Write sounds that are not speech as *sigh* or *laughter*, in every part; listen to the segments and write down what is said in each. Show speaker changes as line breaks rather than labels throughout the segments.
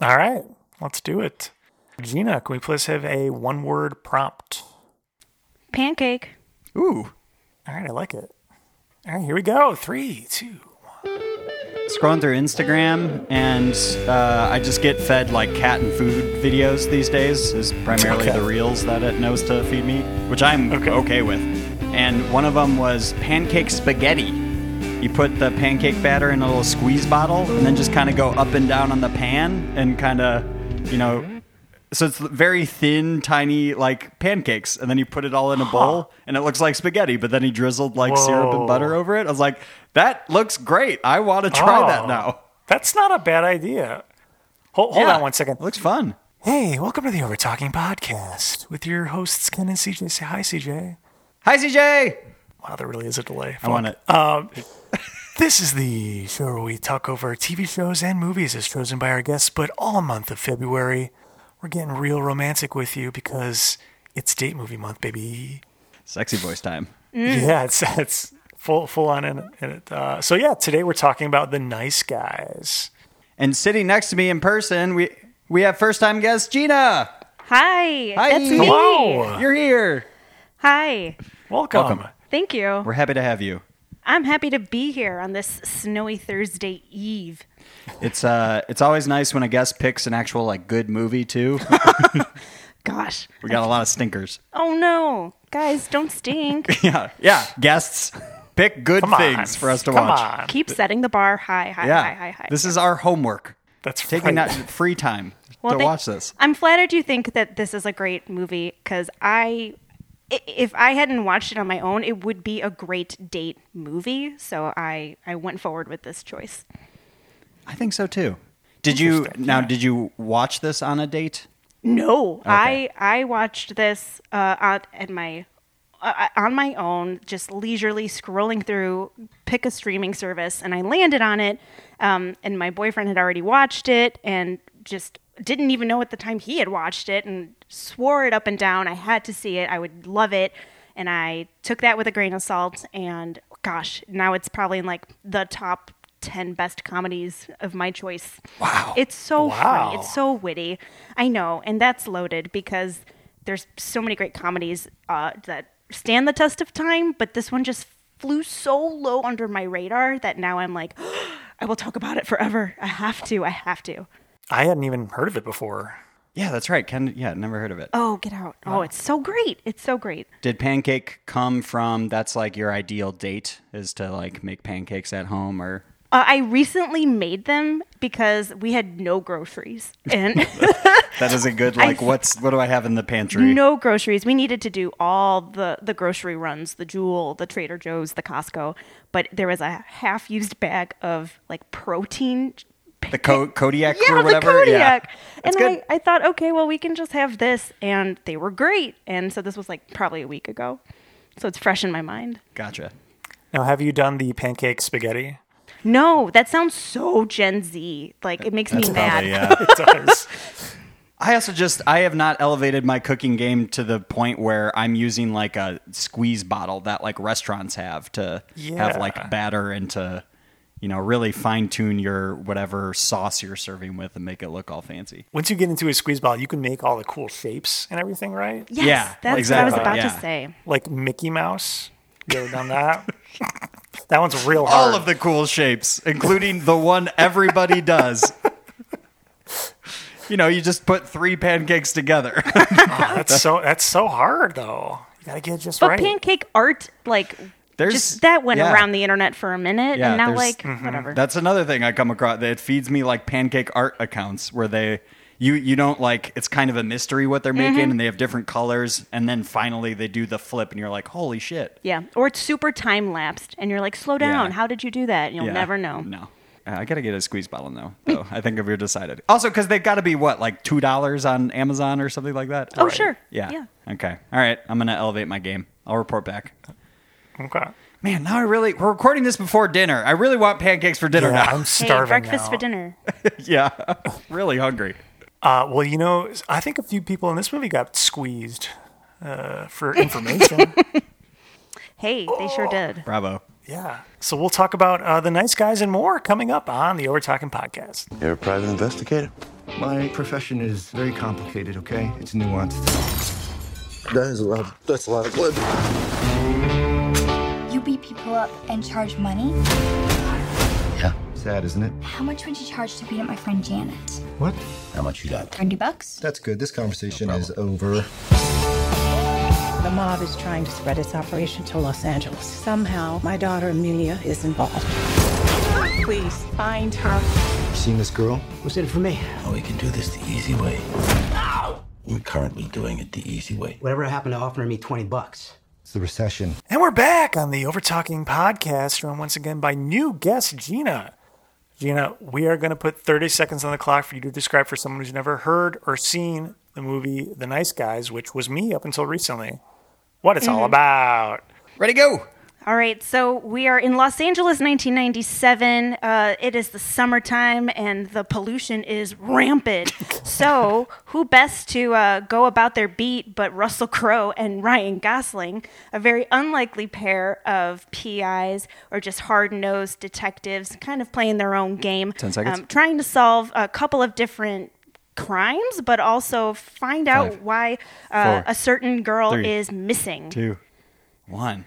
All right, let's do it. Gina, can we please have a one word prompt?
Pancake.
Ooh.
All right, I like it. All right, here we go. Three, two.
Scrolling through Instagram, and uh, I just get fed like cat and food videos these days. Is primarily
Okay.
the reels that it knows to feed me, which I'm okay,
Okay.
with. And one of them was pancake spaghetti. You put the pancake batter in a little squeeze bottle, and then just kind of go up and down on the pan, and kind of, you know, so it's very thin, tiny like pancakes, and then you put it all in a bowl, and it looks like spaghetti. But then he drizzled like syrup and
Whoa.
butter over it. I was like, that looks great. I want to try that
Oh.
now.
That's not a bad idea. Hold, hold
Yeah.
on one second.
Looks fun.
Hey, welcome to the Over Talking Podcast with your hosts, Ken and CJ. Say hi, CJ.
Hi, CJ.
Wow, there really is a delay. Uh,
I want it.
This is the show where we talk over TV shows and movies as chosen by our guests, but all month of February, we're getting real romantic with you because it's date movie month, baby.
Sexy voice time. *laughs*
Yeah, it's it's full full on in, in it. Uh, so yeah, today we're talking about the nice guys.
And sitting next to me in person, we we have first time guest Gina.
Hi.
Hi.
That's me.
Hello.
You're here.
Hi.
Welcome.
Welcome.
Thank you.
We're happy to have you.
I'm happy to be here on this snowy Thursday eve.
It's uh, it's always nice when a guest picks an actual like good movie too.
Gosh.
we got a lot of stinkers.
Oh no. Guys, don't stink.
*laughs* Yeah, yeah. Guests pick good
Come on.
things for us to
Come
watch.
on.
Keep setting the bar high, high,
Yeah,
high, high, high.
this is our homework.
That's
Taking
right.
that free time
Well,
to
thank-
watch this.
I'm flattered you think that this is a great movie because I, i- if I hadn't watched it on my own, it would be a great date movie. So I, I went forward with this choice.
I think so too. Did you now? Did you watch this on a date?
No,
Okay.
I I watched this uh, at, at my uh, on my own, just leisurely scrolling through, pick a streaming service, and I landed on it. Um, and my boyfriend had already watched it, and just didn't even know at the time he had watched it, and swore it up and down I had to see it. I would love it, and I took that with a grain of salt. And gosh, now it's probably in like the top. 10 best comedies of my choice. Wow. It's so funny.
Wow.
It's so witty. I know, and that's loaded because there's so many great comedies uh, that stand the test of time, but this one just flew so low under my radar that now I'm like, *gasps* I will talk about it forever. I have to. I have to.
I hadn't even heard of it before.
Yeah, that's right. Ken, yeah, never heard of it.
Oh, get out. Oh, it's so great. It's so great.
Did pancake come from that's like your ideal date is to like make pancakes at home or
Uh, I recently made them because we had no groceries and *laughs*
that is a good like what's what do I have in the pantry?
no groceries. We needed to do all the, the grocery runs, the Jewel, the Trader Joe's, the Costco, but there was a half used bag of like protein.
The co- Kodiak
*laughs* yeah,
or
the
whatever.
Kodiak.
Yeah.
And
That's good.
I, I thought, okay, well, we can just have this. And they were great. And so this was like probably a week ago. So it's fresh in my mind.
Gotcha.
Now, have you done the pancake spaghetti? *laughs*
No, that sounds so Gen Z. Like it makes me mad.
Probably, yeah.
It does.
I also just I have not elevated my cooking game to the point where I'm using like a squeeze bottle that like restaurants have to have
Yeah.
like batter and to you know really fine tune your whatever sauce you're serving with and make it look all fancy.
Once you get into a squeeze bottle, you can make all the cool shapes and everything, right?
Yes,
Yeah,
that's
exactly,
what I was about
yeah.
to say.
Like Mickey Mouse. You ever done
*laughs*
that? that one's real hard.
All of the cool shapes, including the one everybody does. *laughs* you know, you just put three pancakes together.
that's so that's so hard though. You gotta get it just
But
right.
pancake art, like,
There's-
just that went
yeah.
around the internet for a minute,
Yeah,
and now
there's- mm-hmm.
like whatever.
That's another thing I come across. It feeds me like pancake art accounts where they you you don't like it's kind of a mystery what they're making
Mm-hmm.
and they have different colors and then finally they do the flip and you're like holy shit.
yeah, or it's super time lapsed, and you're like, slow
Yeah.
down. How did you do that? And You'll
Yeah.
never know.
No. Uh, I gotta get a squeeze bottle now. Though I think if you're decided. Also, because they've got to be what like two dollars on Amazon or something like that.
Oh, sure.
Yeah.
Yeah.
Okay. All right. I'm gonna elevate my game. I'll report back.
okay.
Man, now I really we're recording this before dinner. I really want pancakes for dinner
Yeah,
now. *laughs*
I'm
Hey,
starving.
breakfast
now. *laughs*
for dinner.
yeah. *laughs* really hungry.
Uh, well, you know, I think a few people in this movie got squeezed uh, for information.
Hey, they sure did.
Bravo.
yeah. So we'll talk about uh, the nice guys and more coming up on the Over Talking podcast.
You're a private investigator? My profession is very complicated, okay? It's nuanced.
That is a lot. That's a lot of blood.
You beat people up and charge money?
Yeah.
Sad, isn't it?
How much would you charge to beat up my friend Janet?
What?
How much you got?
30 bucks?
That's good. This conversation is over.
The mob is trying to spread its operation to Los Angeles. Somehow, my daughter Amelia is involved. Please find her.
Seen this girl?
What's in it for me?
Oh, we can do this the easy way. We're currently doing it the easy way.
Whatever happened to offering me 20 bucks?
It's the recession.
And we're back on the Overtalking podcast, drawn once again by new guest Gina. Gina, we are going to put 30 seconds on the clock for you to describe for someone who's never heard or seen the movie The Nice Guys, which was me up until recently, what it's all about.
Ready, go.
All right, so we are in Los Angeles, 1997. Uh, it is the summertime and the pollution is
*laughs*
rampant. so, who best to uh, go about their beat but Russell Crowe and Ryan Gosling, a very unlikely pair of PIs or just hard nosed detectives, kind of playing their own game. Um,
10 seconds.
trying to solve a couple of different crimes, but also find out
Five,
why uh,
four,
a certain girl
three,
is missing.
Two. One.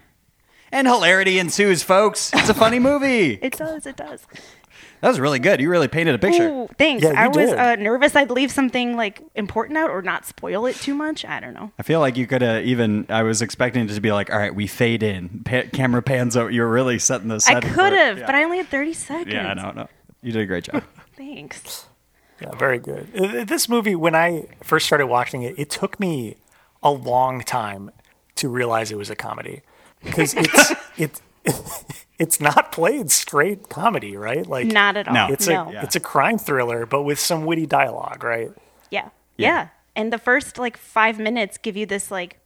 And hilarity ensues, folks. It's a *laughs* funny movie.
It does, it does.
That was really good. You really painted a picture.
Ooh, thanks.
Yeah, you
I was
did.
uh, nervous I'd leave something like important out or not spoil it too much. I don't know.
I feel like you could have even. I was expecting it to be like, all right, we fade in, pa- camera pans out. You're really setting the
I
setting. for it.
could have,
Yeah.
but I only had 30 seconds.
Yeah, no, no. You did a great job. *laughs*
Thanks.
Yeah, very good. Uh, This movie, when I first started watching it, it took me a long time to realize it was a comedy because it's it *laughs* it's not played straight comedy, right? Like
Not at all.
No.
No.
It's a
Yeah.
it's a crime thriller, but with some witty dialogue, right?
Yeah. yeah. And the first like five minutes give you this like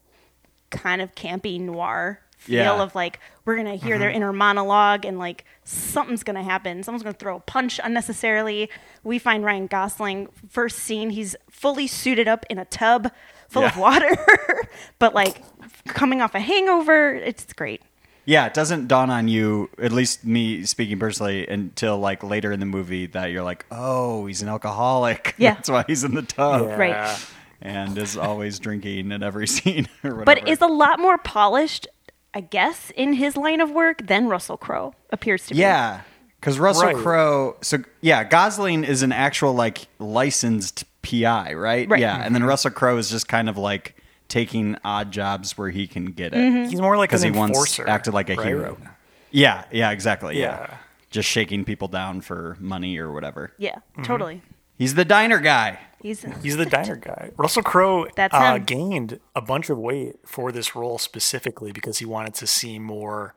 kind of campy noir feel
Yeah. Uh-huh.
of like we're gonna hear their inner monologue and like something's gonna happen. Someone's gonna throw a punch unnecessarily. We find Ryan Gosling first scene, he's fully suited up in a tub full of *laughs*
Yeah.
water, but like coming off a hangover, it's great.
Yeah, it doesn't dawn on you, at least me speaking personally, until like later in the movie that you're like, oh, he's an alcoholic. *laughs*
Yeah.
That's why he's in the tub.
Yeah.
Right.
And is always drinking at every *laughs* scene or whatever.
But is a lot more polished, I guess, in his line of work than Russell Crowe appears to be.
Yeah, because Russell
Right.
Crowe. So yeah, Gosling is an actual like licensed PI, right?
Right.
Yeah, and then Russell Crowe is just kind of like taking odd jobs where he can get it.
He's more like an
Because he once
enforcer,
acted like a
right?
hero. Yeah, yeah, exactly. Yeah.
Yeah.
just shaking people down for money or whatever.
Yeah, totally.
He's the diner guy.
He's
He's the diner guy. Russell Crowe
That's
uh,
him.
gained a bunch of weight for this role specifically because he wanted to see more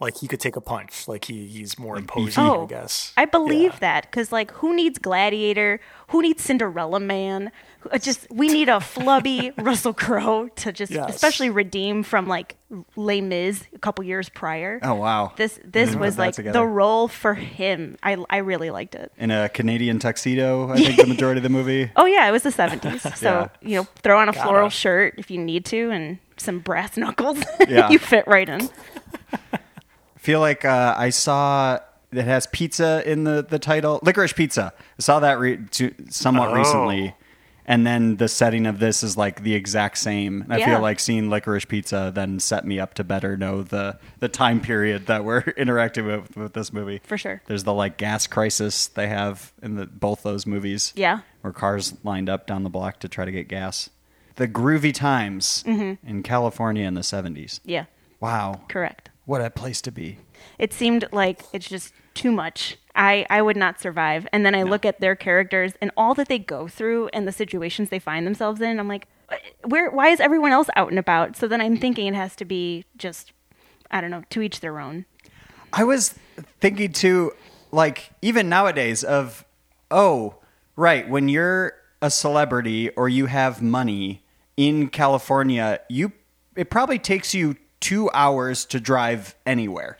like he could take a punch, like he, he's more imposing, I guess.
Oh, I believe
Yeah.
that because, like, who needs Gladiator? Who needs Cinderella Man? Who- uh, Just we need a
*laughs*
flubby Russell Crowe to just,
Yes.
especially redeem from like Les Mis a couple years prior.
Oh wow.
This this
Put
was
that
like
together.
the role for him. I I really liked it.
in a Canadian tuxedo, I think the majority of
*laughs*
the movie.
Oh yeah, it was the
*laughs*
seventies. So you know, throw on a floral shirt if you need to, and some brass knuckles. *laughs*
Yeah.
you fit right in.
feel like uh, I saw it has pizza in the, the title, licorice pizza. I saw that re- to, somewhat
Oh.
recently, and then the setting of this is like the exact same. And I
Yeah.
feel like seeing licorice pizza then set me up to better know the the time period that we're *laughs* interacting with with this movie.
For sure.
there's the like gas crisis they have in the, both those movies.
Yeah.
where cars lined up down the block to try to get gas. The groovy times
Mm-hmm.
in California in the 70s.
Yeah,
Wow.
correct.
What a place to be.
it seemed like it's just too much. I, I would not survive. And then I look at their characters and all that they go through and the situations they find themselves in. I'm like, where? Why is everyone else out and about? So then I'm thinking it has to be just, I don't know, to each their own.
I was thinking too, like even nowadays, of oh, right, when you're a celebrity or you have money in California, you it probably takes you two hours to drive anywhere.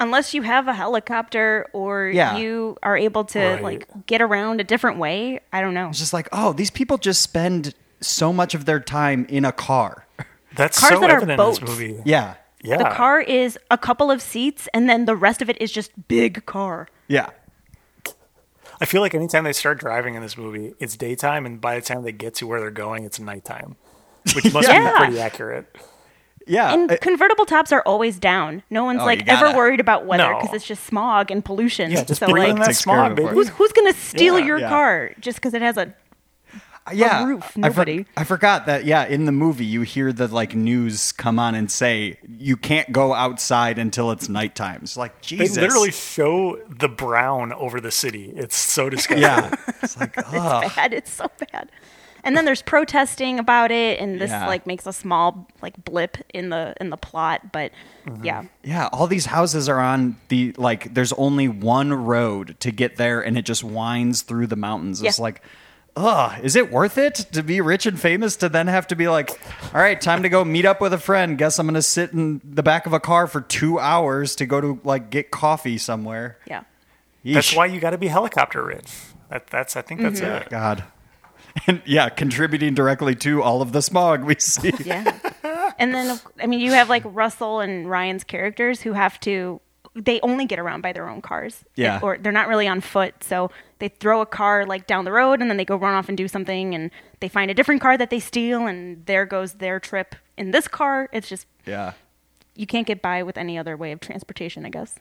Unless you have a helicopter or
Yeah.
you are able to
Right.
like get around a different way. I don't know.
It's just like oh, these people just spend so much of their time in a car.
That's
Cars
so
that are
evident in this
boats.
movie.
Yeah,
Yeah.
The car is a couple of seats and then the rest of it is just big car.
yeah.
I feel like anytime they start driving in this movie, it's daytime, and by the time they get to where they're going, it's nighttime, which must
*laughs* Yeah.
be pretty accurate.
Yeah. uh,
And
I-
convertible tops are always down. No one's
Oh, you
like
gotta-
ever worried about weather
No.
because it's just smog and pollution.
Yeah, just
so
breathe
like,
in that
Takes care of
smog,
it
baby.
for
who's who's gonna steal
Yeah.
your
Yeah.
car just because it has a?
yeah,
a roof,
I for-
nobody.
I, forgot that. Yeah, in the movie, you hear the like news come on and say you can't go outside until it's nighttime. It's like
They
Jesus.
literally show the brown over the city. It's so disgusting.
Yeah. It's like ugh.
Bad. It's so bad. And then there's protesting about it, and this
Yeah.
like makes a small like blip in the in the plot. But yeah,
yeah. All these houses are on the like. There's only one road to get there, and it just winds through the mountains. It's
Yeah.
like. Ugh, is it worth it to be rich and famous to then have to be like, all right, time to go meet up with a friend. Guess I'm going to sit in the back of a car for two hours to go to like get coffee somewhere.
yeah.
That's
Yeesh.
why you got to be helicopter rich. That, that's I think that's
Mm-hmm.
it.
God. *laughs* And yeah, contributing directly to all of the smog we see.
Yeah.
*laughs*
and then, of- I mean, you have like Russell and Ryan's characters who have to, they only get around by their own cars.
Yeah.
Or they're not really on foot. So they throw a car like down the road and then they go run off and do something and they find a different car that they steal and there goes their trip in this car. It's just,
yeah.
you can't get by with any other way of transportation, I guess.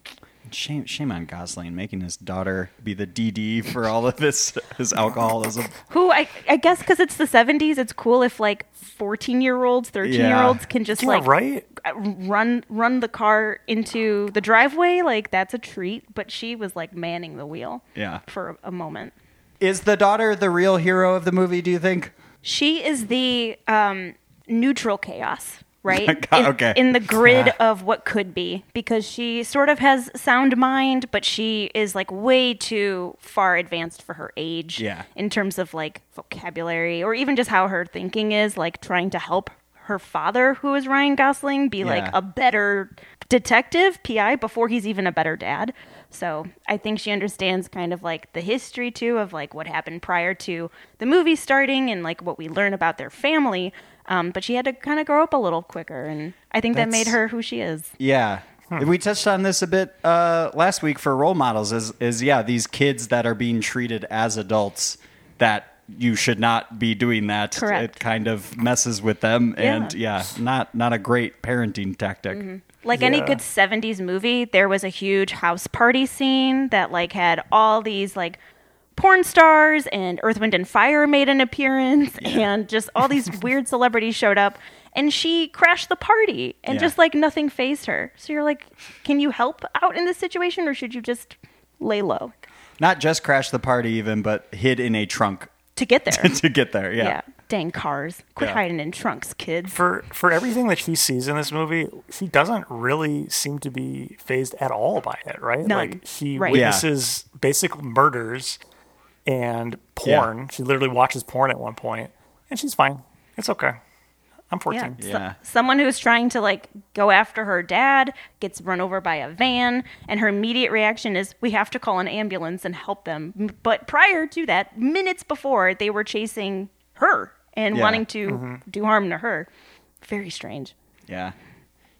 Shame, shame on Gosling making his daughter be the DD for all of this his alcoholism.
Who I, I guess because it's the 70s, it's cool if like 14 year olds, 13 year olds
Yeah.
can just
Yeah,
like
right.
run run the car into the driveway like that's a treat but she was like manning the wheel
Yeah.
for a moment
Is the daughter the real hero of the movie? Do you think?
she is the um neutral chaos
*laughs*
right
God,
in,
okay.
in the
*laughs*
grid of what could be because she sort of has sound mind but she is like way too far advanced for her age
Yeah.
in terms of like vocabulary or even just how her thinking is like trying to help her father who is Ryan Gosling be like
Yeah.
a better detective PI before he's even a better dad. So, I think she understands kind of like the history too of like what happened prior to the movie starting and like what we learn about their family. Um, but she had to kind of grow up a little quicker and I think that made
That's-
her who she is.
Yeah. We touched on this a bit uh, last week for role models. Is is yeah these kids that are being treated as adults that you should not be doing that.
Correct.
It kind of messes with them, and yeah, Mm-hmm.
Yeah.
not not a great parenting tactic.
Like any good 70s movie, there was a huge house party scene that like had all these like porn stars and Earth, Wind and Fire made an appearance and just all
*laughs*
these weird celebrities showed up and she crashed the party and
Yeah.
just like nothing phased her. So you're like, can you help out in this situation or should you just lay low
not just crash the party even but hid in a trunk *laughs*
to get there?
to get there yeah,
Dang cars. Quit
Yeah.
hiding in trunks, kids.
For for everything that she sees in this movie, she doesn't really seem to be phased at all by it, right?
None.
Like she
Right.
Yeah.
witnesses basic murders and porn. She literally watches porn at one point, and she's fine. It's okay. I'm 14.
Yeah. so-
Yeah.
someone who's trying to like go after her dad gets run over by a van, and her immediate reaction is, "We have to call an ambulance and help them." M- But prior to that, minutes before, they were chasing her and
Yeah.
wanting to do harm to her. Very strange.
Yeah.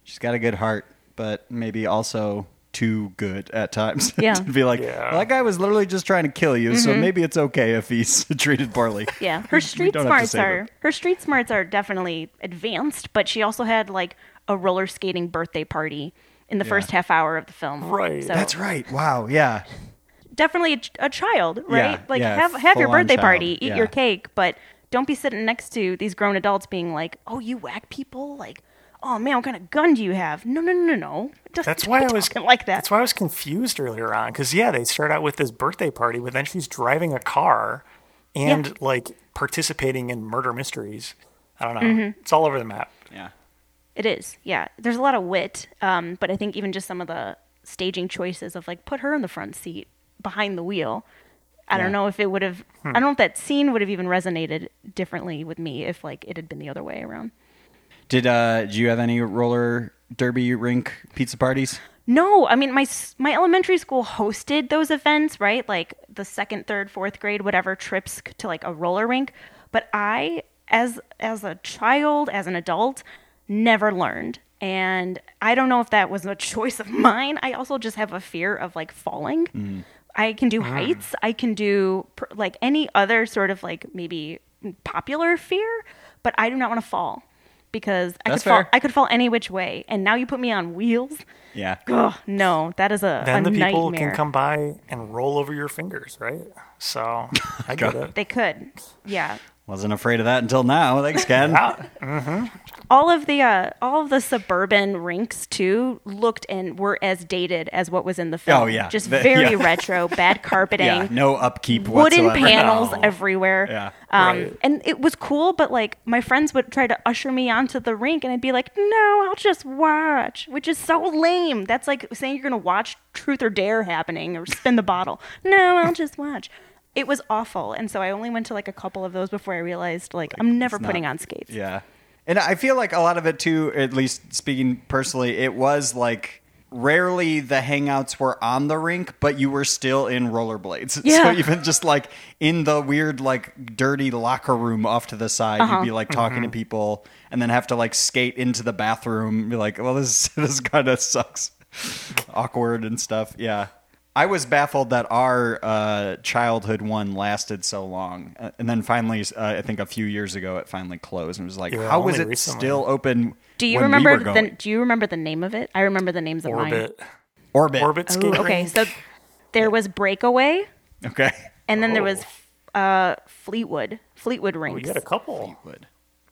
she's got a good heart but maybe also too good at times *laughs*
Yeah. Mm-hmm.
to be like
Yeah.
"Well, that guy was literally just trying to kill you so maybe it's okay if he's *laughs* treated poorly
Yeah,
*laughs*
her street
don't have to
smarts
save
are
it.
her street smarts are definitely advanced, but she also had like a roller skating birthday party in the first half hour of the film.
Right.
So
that's right wow yeah
definitely a, ch- a child, right? like
yeah,
have have your
full-on
birthday
child,
party, eat
yeah.
your cake, but don't be sitting next to these grown adults being like, "Oh, you whack people!" Like, "Oh man, what kind of gun do you have?" No, no, no, no, no. Just *laughs*
That's why I was
talking like that.
That's why I was confused earlier on because yeah, they start out with this birthday party, but then she's driving a car and
Yeah.
like participating in murder mysteries. I don't know.
Mm-hmm.
It's all over the map.
yeah
It is, yeah. There's a lot of wit, um, but I think even just some of the staging choices of like put her in the front seat behind the wheel. I
Yeah.
don't know if it would have. I don't know if that scene would have even resonated differently with me if like it had been the other way around.
did uh do you have any roller derby rink pizza
*gasps*
parties
No, I mean my s- my elementary school hosted those events, right? Like the second, third, fourth grade, whatever trips c- to like a roller rink. But I, as as a child, as an adult, never learned, *laughs*
Mm.
and I don't know if that was a choice of mine. I also just have a fear of like falling. I can do
Ah.
heights. I can do pr- like any other sort of like maybe popular fear, but I do not want to fall because I
That's
could fall.
fair.
I could fall any which way, and now you put me on wheels.
Yeah.
Ugh, no, that is a,
Then
a
the people
nightmare.
can come by and roll over your fingers, right?
*laughs*
So I get it.
They could, yeah.
Wasn't afraid of that until now.
*laughs*
Thanks, Ken.
all of the uh, all of the suburban rinks too looked and were as dated as what was in the film.
Oh, yeah.
just
The-
very
yeah.
retro, bad carpeting,
yeah. No upkeep
wooden
whatsoever.
panels
No.
everywhere.
Yeah,
um,
right.
and it was cool, but like my friends would try to usher me onto the rink, and I'd be like, "No, I'll just watch," which is so lame. That's like saying you're gonna watch Truth or Dare happening or spin the bottle. No, I'll just watch. It was awful, and so I only went to like a couple of those before I realized like I'm never putting on skates.
Yeah. And I feel like a lot of it too, at least speaking personally, it was like rarely the hangouts were on the rink, but you were still in rollerblades. *laughs*
Yeah.
So even just like in the weird, like dirty locker room off to the side, you'd be
Uh-huh.
like talking
Mm-hmm.
to people and then have to like skate into the bathroom and be like, well, this, *laughs* this kind of sucks. Awkward and stuff. Yeah. I was baffled that our uh, childhood one lasted so long, Uh, and then finally, uh, I think a few years ago, it finally closed. And it was like,
Yeah,
how was it
only recently.
still open?
Do you
when we
remember
were
the
going?
Do you remember the name of it? I remember the names of mine.
Orbit.
orbit?
Orbit
Ooh,
skating.
Oh, okay, so there was Breakaway,
Okay.
and then there was
Oh.
uh, Fleetwood, Fleetwood
We
Rings.
got a couple.
Would.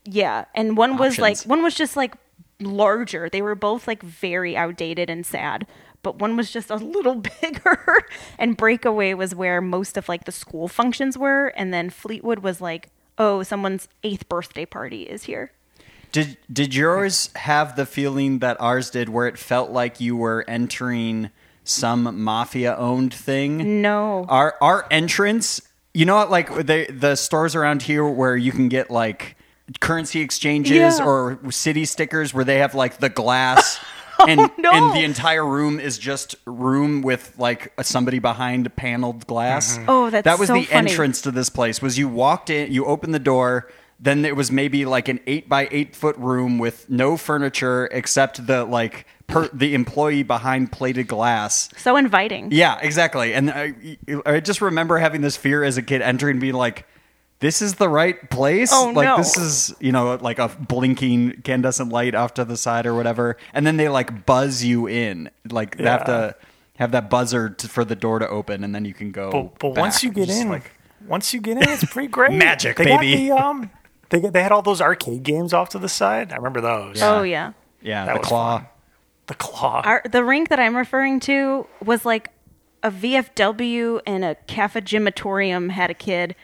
yeah, and one was like
Options.
one was just like larger. They were both like very outdated and sad, but one was just a little *laughs* bigger. and Breakaway was where most of like the school functions were, and then Fleetwood was like, oh, someone's eighth birthday party is here.
Did did yours have the feeling that ours did, where it felt like you were entering some mafia owned thing?
No.
Our our entrance, you know, what, like the the stores around here where you can get like currency exchanges
Yeah.
or city stickers, where they have like the
*laughs*
glass. And,
Oh, no.
and the entire room is just room with like somebody behind paneled glass.
Oh, that's
that was
so
the
funny.
entrance to this place. Was you walked in, you opened the door, then it was maybe like an eight by eight foot room with no furniture except the like per, the employee behind plated glass.
so inviting.
Yeah, exactly. And I, I just remember having this fear as a kid entering, being like, "This is the right place."
Oh,
like
no.
this is you know like a blinking candescent light off to the side or whatever, and then they like buzz you in, like they have to have that buzzer to, for the door to open, and then you can go.
But, but once
back.
you get
Just
in,
like,
once you get in, it's pretty great.
*laughs* Magic,
they got
baby.
the, um, they got- they had all those arcade games off to the side. I remember those.
Oh yeah.
yeah,
that
the
was
claw.
fun. The claw.
Our, the rink that I'm referring to was like a VFW and a cafegimatorium had a kid.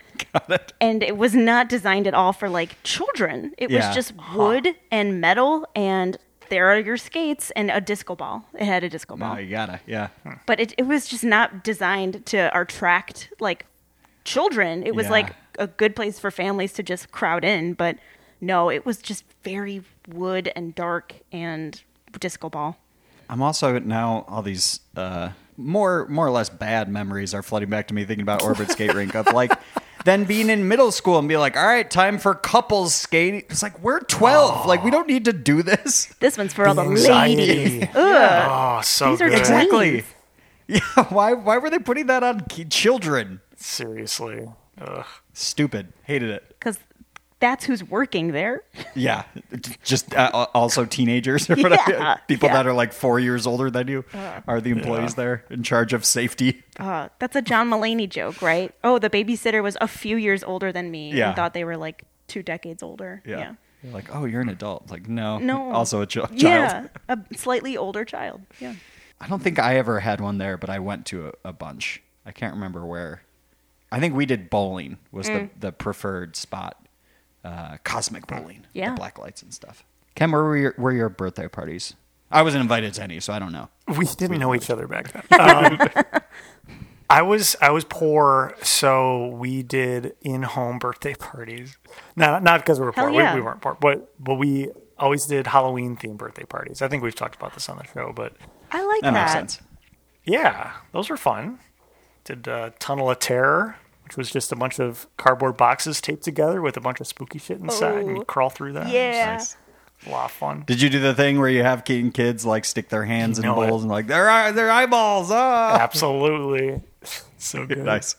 And it was not designed at all for like children. It
Yeah.
was just wood and metal and there are your skates and a disco ball. It had a disco ball.
Oh, you gotta, yeah.
But it, it was just not designed to attract like children. It was
Yeah.
like a good place for families to just crowd in, but no, it was just very wood and dark and disco ball.
I'm also now all these uh, more more or less bad memories are flooding back to me thinking about Orbit Skate Rink of
*laughs*
like then being in middle school and be like, all right, time for couples skating. It's like we're 12, like we don't need to
*laughs*
do this.
This one's for all the ladies.
Anxiety. oh, so
These are
good.
exact-
Exactly. Yeah. Why why were they putting that on ki- children?
Seriously. Ugh.
Stupid. Hated it.
Because that's who's working there.
Yeah. Just uh, also teenagers or whatever.
*laughs* Yeah,
People
yeah.
that are like four years older than you are the employees there in charge of safety.
Uh, that's a John Mulaney joke, right? Oh, the babysitter was a few years older than me
Yeah.
and thought they were like two decades older.
Yeah.
Yeah.
You're like, oh, you're an adult. Like, no. *laughs*
No.
Also a ch- child.
Yeah, a slightly older child. Yeah.
I don't think I ever had one there, but I went to a, a bunch. I can't remember where. I think we did bowling was
Mm.
the, the preferred spot. Uh, cosmic bowling.
Yeah.
The black lights and stuff. Ken, where were your, were your birthday parties? I wasn't invited to any, so I don't know.
We didn't know each other back then. Um, *laughs* I was I was poor, so we did in home birthday parties. Not not because we were
Hell
poor.
yeah.
We, we weren't poor, but but we always did Halloween themed birthday parties. I think we've talked about this on the show, but
I like
That
that.
makes sense.
yeah, those were fun. Did uh, Tunnel of Terror, which was just a bunch of cardboard boxes taped together with a bunch of spooky shit inside, and
Oh.
you crawl through that. It
Yeah.
was a lot of fun.
Did you do the thing where you have ki- kids like stick their hands
You
in
know it.
bowls and like their eye- their eyeballs? Ah.
Absolutely. *laughs* So good.
nice.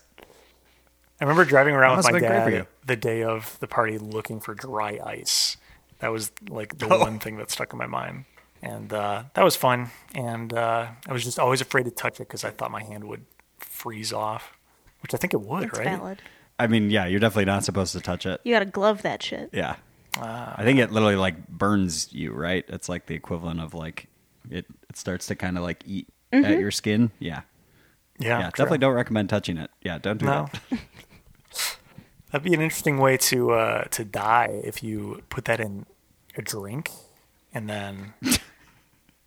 I remember driving around with
That
my
must've been great for
dad
you.
the day of the party looking for dry ice. That was like the
*laughs* Oh.
one thing that stuck in my mind. And uh, that was fun. And uh, I was just always afraid to touch it because I thought my hand would freeze off, which I think it would,
It's
right?
valid.
I mean, yeah, you're definitely not supposed to touch it.
You gotta glove that shit.
Yeah. I think it literally like burns you, right? It's like the equivalent of like it, it starts to kind of like eat
Mm-hmm.
at your skin. Yeah.
Yeah,
Yeah.
true.
definitely don't recommend touching it. Yeah. Don't do
No. *laughs*
that. *laughs*
That'd be an interesting way to uh, to die if you put that in a drink and
*laughs*
then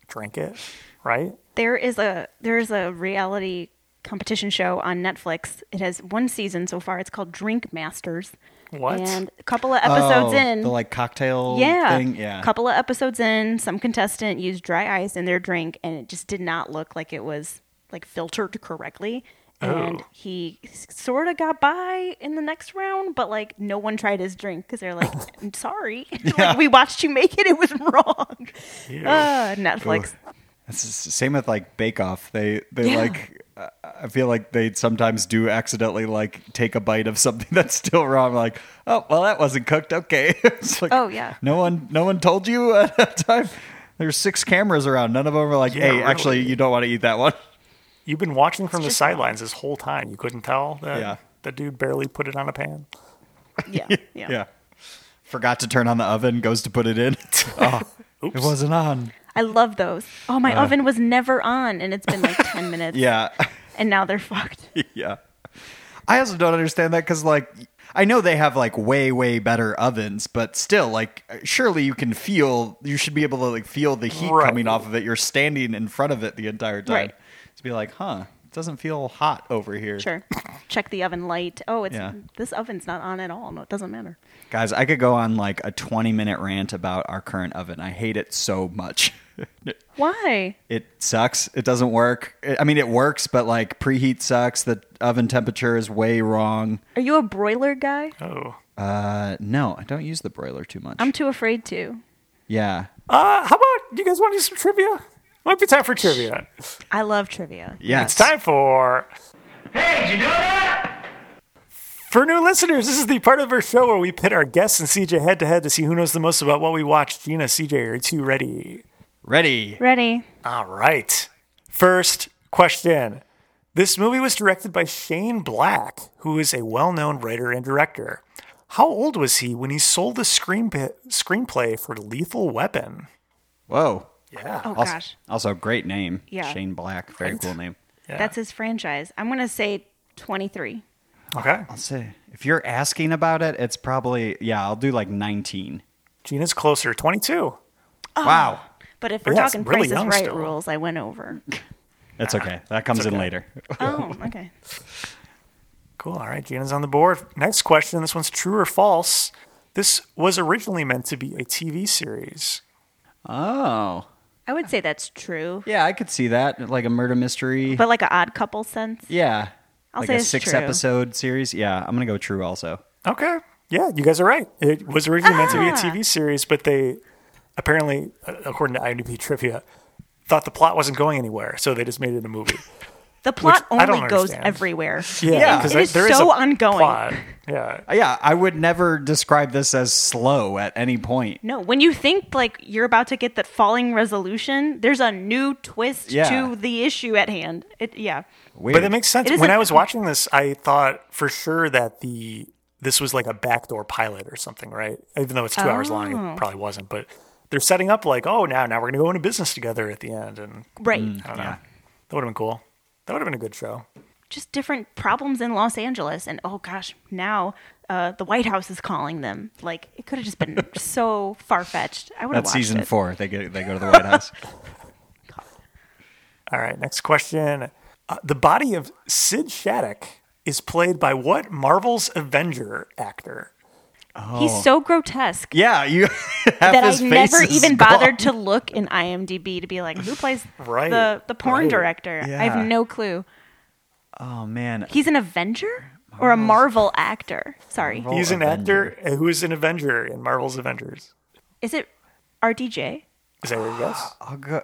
drink it, right?
There is a there is a reality competition show on Netflix. It has one season so far. It's called Drink Masters.
What?
And a couple of episodes
Oh,
in,
The like cocktail
yeah,
thing. Yeah.
couple of episodes in, some contestant used dry ice in their drink, and it just did not look like it was like filtered correctly. And
Oh.
he sort of got by in the next round, but like no one tried his drink because
*laughs*
they're like, "I'm sorry, *laughs* like we watched you make it; it was *laughs* wrong." Uh, Netflix.
It's the same with like Bake Off. They they
Yeah.
like uh, I feel like they sometimes do accidentally like take a bite of something *laughs* that's still wrong. Like oh well that wasn't cooked. Okay. *laughs* it's like,
Oh, yeah.
No one no one told you *laughs* at that time. There's six cameras around. None of them are like
Yeah,
hey actually
really.
you don't want to eat that one. *laughs*
You've been watching from the sidelines this whole time. You couldn't tell that
Yeah.
the dude barely put it on a pan.
Yeah, yeah.
Yeah. Forgot to turn on the oven. Goes to put it in. *laughs* oh, it wasn't on.
I love those. Oh, my oven was never on, and it's been
*laughs*
like ten minutes.
Yeah.
and now they're fucked.
yeah. I also don't understand that because, like, I know they have like way, way better ovens, but still, like, surely you can feel, you should be able to like feel the heat
Right.
coming off of it. You're standing in front of it the entire time.
Right.
To be like, huh, it doesn't feel hot over here.
Sure. Check the oven light. Oh, it's
Yeah.
this oven's not on at all. No, it doesn't matter.
Guys, I could go on like a 20 minute rant about our current oven. I hate it so much. *laughs*
Why?
it sucks. It doesn't work. I- I mean, it works, but like preheat sucks. The oven temperature is way wrong.
Are you a broiler guy?
Oh.
Uh, no, I don't use the broiler too much.
I'm too afraid to.
yeah.
Uh, how about you guys want to do some trivia? Might be time for trivia.
I love trivia.
Yes.
It's time for. Hey, did you know that? For new listeners, this is the part of our show where we pit our guests and CJ head to head to see who knows the most about what we watched. Gina, CJ, are you two ready?
Ready.
Ready?
All right. First question. This movie was directed by Shane Black, who is a well known writer and director. How old was he when he sold the screen screenplay for Lethal Weapon?
Whoa.
Yeah.
Oh
Also,
gosh,
also great name.
Yeah.
Shane Black. Very cool name.
that's his franchise. I'm gonna say 23.
Okay.
I'll say if you're asking about it, it's probably yeah. I'll do like 19.
Gina's closer, 22.
Oh.
Wow.
But if we're
Yeah, it's
talking
really
Price is
young
Right
still.
rules, I
*laughs*
went over.
That's okay. That comes in later.
oh, okay.
Cool. All right. Gina's on the board. Next question. This one's true or false. This was originally meant to be a TV series.
Oh.
I would say that's
*laughs*
true,
Yeah, I could see that like a murder mystery.
but like an odd couple sense.
yeah.
I'll
like
say
a
it's
six
true.
episode series. Yeah, I'm gonna go true also.
Okay. Yeah, you guys are right. It was originally meant to be a
Ah.
TV series, but they apparently, uh, according to IMDb trivia, thought the plot wasn't going anywhere, so they just made it a movie.
The plot
I don't
only goes
understand.
everywhere.
*laughs* Yeah,
it is so ongoing.
Yeah,
Uh, Yeah, I would never describe this as slow at any point.
No, when you think like you're about to get that falling resolution, there's a new twist
Yeah.
to the issue at hand. It, yeah.
Weird.
but that makes sense.
It is
When
a-
I was watching this, I thought for sure that the this was like a backdoor pilot or something, right? Even though it's two hours long,
Oh.
it probably wasn't. But they're setting up like, oh, now now we're gonna go into business together at the end, and
Right.
I don't know. That would have been cool. That would have been a good show.
Just different problems in Los Angeles. And oh gosh, now uh, the White House is calling them. Like it could have just
*laughs*
been so far fetched. I would have
That's
watched
season
it.
four. They get they go to the White House. *laughs*
All right, next question. Uh, the body of Sid Shattuck is played by what Marvel's Avenger actor?
He's so grotesque
yeah, you *laughs*
that I never even bothered to look in IMDb to be like, who
*laughs*
plays
Right,
the, the porn
right.
director? I
Yeah.
have no clue.
Oh man.
He's an Avenger or
Oh.
a Marvel actor. Sorry.
He's an actor uh, who is an Avenger in Marvel's Avengers.
Is it RDJ?
Is that your guess?
I'll go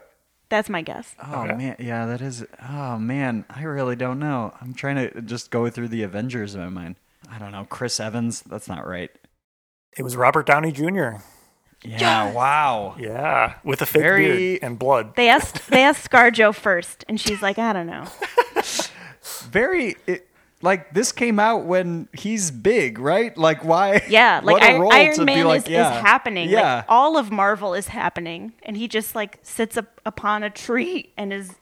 That's my guess.
Oh man, yeah, that is. Oh man, I really don't know. I'm trying to just go through the Avengers in my mind. I don't know. Chris Evans. That's not right.
It was Robert Downey Jr.
Yeah. Wow.
Yeah, with a fake
Very-
beard and blood.
They asked they asked ScarJo first, and she's like, I don't know.
Very. It, like this came out when he's big, right? Like why? *laughs*
Yeah, like
what a
Ir-
role to
Iron
be
Man
like,
is,
yeah.
is happening.
Yeah.
Like, all of Marvel is happening, and he just like sits up upon a tree and is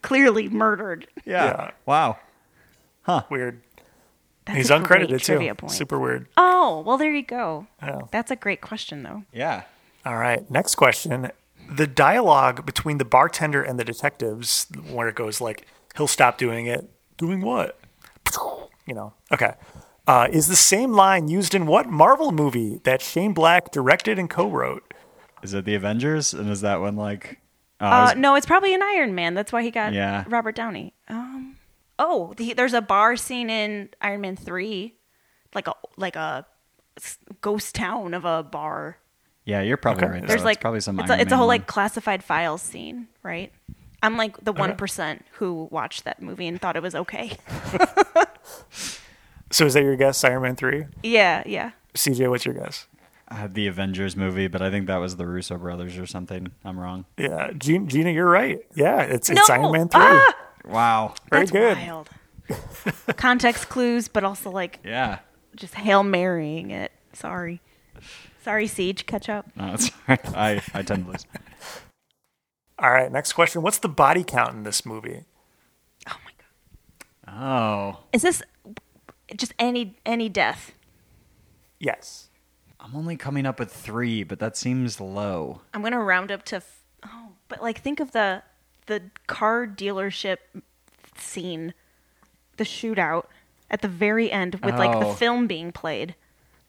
clearly murdered.
yeah.
Yeah.
Wow.
Weird.
That's
He's
a great
uncredited too.
trivia Point.
Super weird.
Oh well, there you go.
Oh.
That's a great question though.
Yeah.
All right. Next question. The dialogue between the bartender and the detectives, where it goes like, he'll stop doing it. Doing what? You know, okay. Uh, is the same line used in what Marvel movie that Shane Black directed and co wrote?
Is it the Avengers? And is that one like? Oh, I
Uh,
was-
no, it's probably an Iron Man. That's why he got
Yeah.
Robert Downey. Um, oh, the, there's a bar scene in Iron Man three, like a like a s- ghost town of a bar.
yeah, you're probably right. though.
There's
It's
like
probably some.
it's,
Iron
a, it's a
Man
whole
one.
like classified files scene, right? I'm like the one who watched that movie and thought it was okay. *laughs*
So is that your guess, Iron Man 3?
Yeah, yeah.
CJ, what's your guess?
uh, the Avengers movie, but I think that was the Russo brothers or something. I'm wrong.
Yeah. Gina, Gina you're right. Yeah. It's, it's Iron Man 3.
Ah!
Wow.
Very
That's
good.
wild. *laughs* Context clues, but also like
Yeah.
just hail marrying it. Sorry, sorry, Siege, catch up.
*laughs* No, it's all right. I, I tend to lose.
All right. Next question. What's the body count in this movie?
Oh my god.
Oh.
Is this just any any death?
Yes.
I'm only coming up with three, but that seems low.
I'm gonna round up to. F- oh, but like think of the the car dealership scene, the shootout at the very end with like the
Oh.
film being played.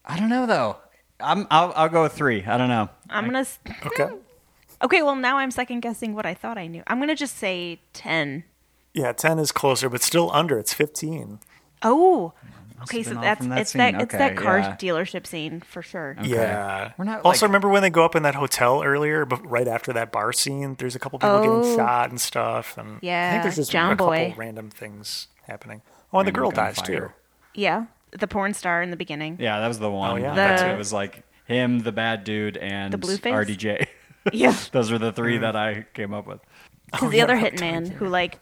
I don't know, though. I'm, I'll, I'll go with three. I don't know.
I'm gonna. s-
Okay.
Okay, well now I'm second guessing what I thought I knew. I'm gonna just say ten.
Yeah. 10 is closer, but still under. It's 15.
Oh. Okay, so
been all
that's
from that
it's that
scene.
it's that
Okay,
car
yeah.
dealership scene for sure.
Yeah.
We're not,
also
like-
remember when they go up in that hotel earlier, but right after that bar scene, there's a couple people
Oh.
getting shot and stuff, and I
Yeah,
think there's just
John
a couple
Boy.
random things happening. Oh, and the girl
Random
dies
gunfire.
too.
Yeah, the porn star in the beginning.
Yeah, that was the one.
Oh, yeah.
That's
The-
it was like him, the bad dude, and
The blue face?
RDJ.
Yeah.
*laughs* Those were the
Mm.
three that I came up with.
Oh,
because the other hitman who like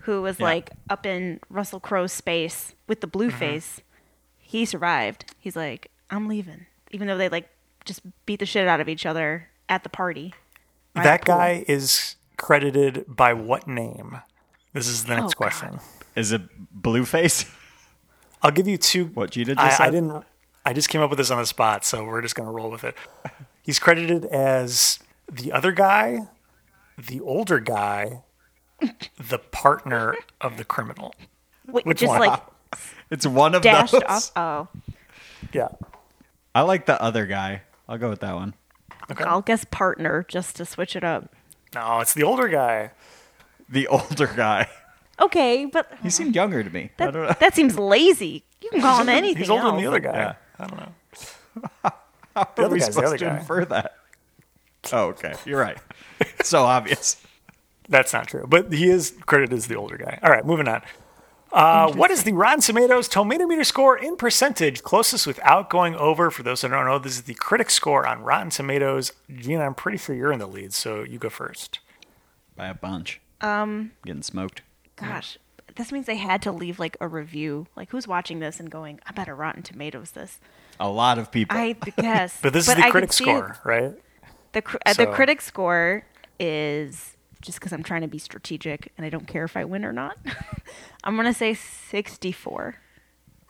who was
Yeah.
like up in Russell Crowe's space with the
Mm-hmm.
blue face, he survived. He's like, I'm leaving, even though they like just beat the shit out of each other at the party. by the
That
pool.
guy is credited by what name? This is the next
Oh, God.
question.
Is it Blueface? *laughs*
I'll give you two.
What Gina
I,
just
I
said?
didn't. I just came up with this on the spot, so we're just gonna roll with
*laughs*
it. He's credited as the other guy, the older guy, the partner of the criminal.
Wait,
which
just
one? *laughs*
like
It's one of
dashed
those.
off. Oh,
Yeah.
I like the other guy. I'll go with that one.
I'll guess partner just to switch it up.
No, it's the older guy.
The *laughs* older guy.
Okay, but
He seemed younger to me. I don't know.
that, that seems lazy. You can call him anything.
*laughs* He's older
else.
than the other guy.
Yeah.
I don't know.
*laughs* How
other
are we
guy's the other
supposed to
guy.
infer that? Oh, okay. You're right. so obvious.
That's not true. But he is credited as the older guy. All right, moving on. Uh, what is the Rotten Tomatoes tomato meter score in percentage closest without going over? For those that don't know, this is the critic score on Rotten Tomatoes. Gina, I'm pretty sure you're in the lead, so you go first.
By a bunch. Um getting smoked.
Gosh, this means they had to leave like a review. Like, who's watching this and going, "I bet a Rotten Tomatoes this."
A lot of
*laughs*
people.
I guess.
But this is the
I could
critic
see
score, right?
The cr- uh, the
So-
critic score is just because I'm trying to be strategic and I don't care if I win or not. *laughs* I'm gonna say 64.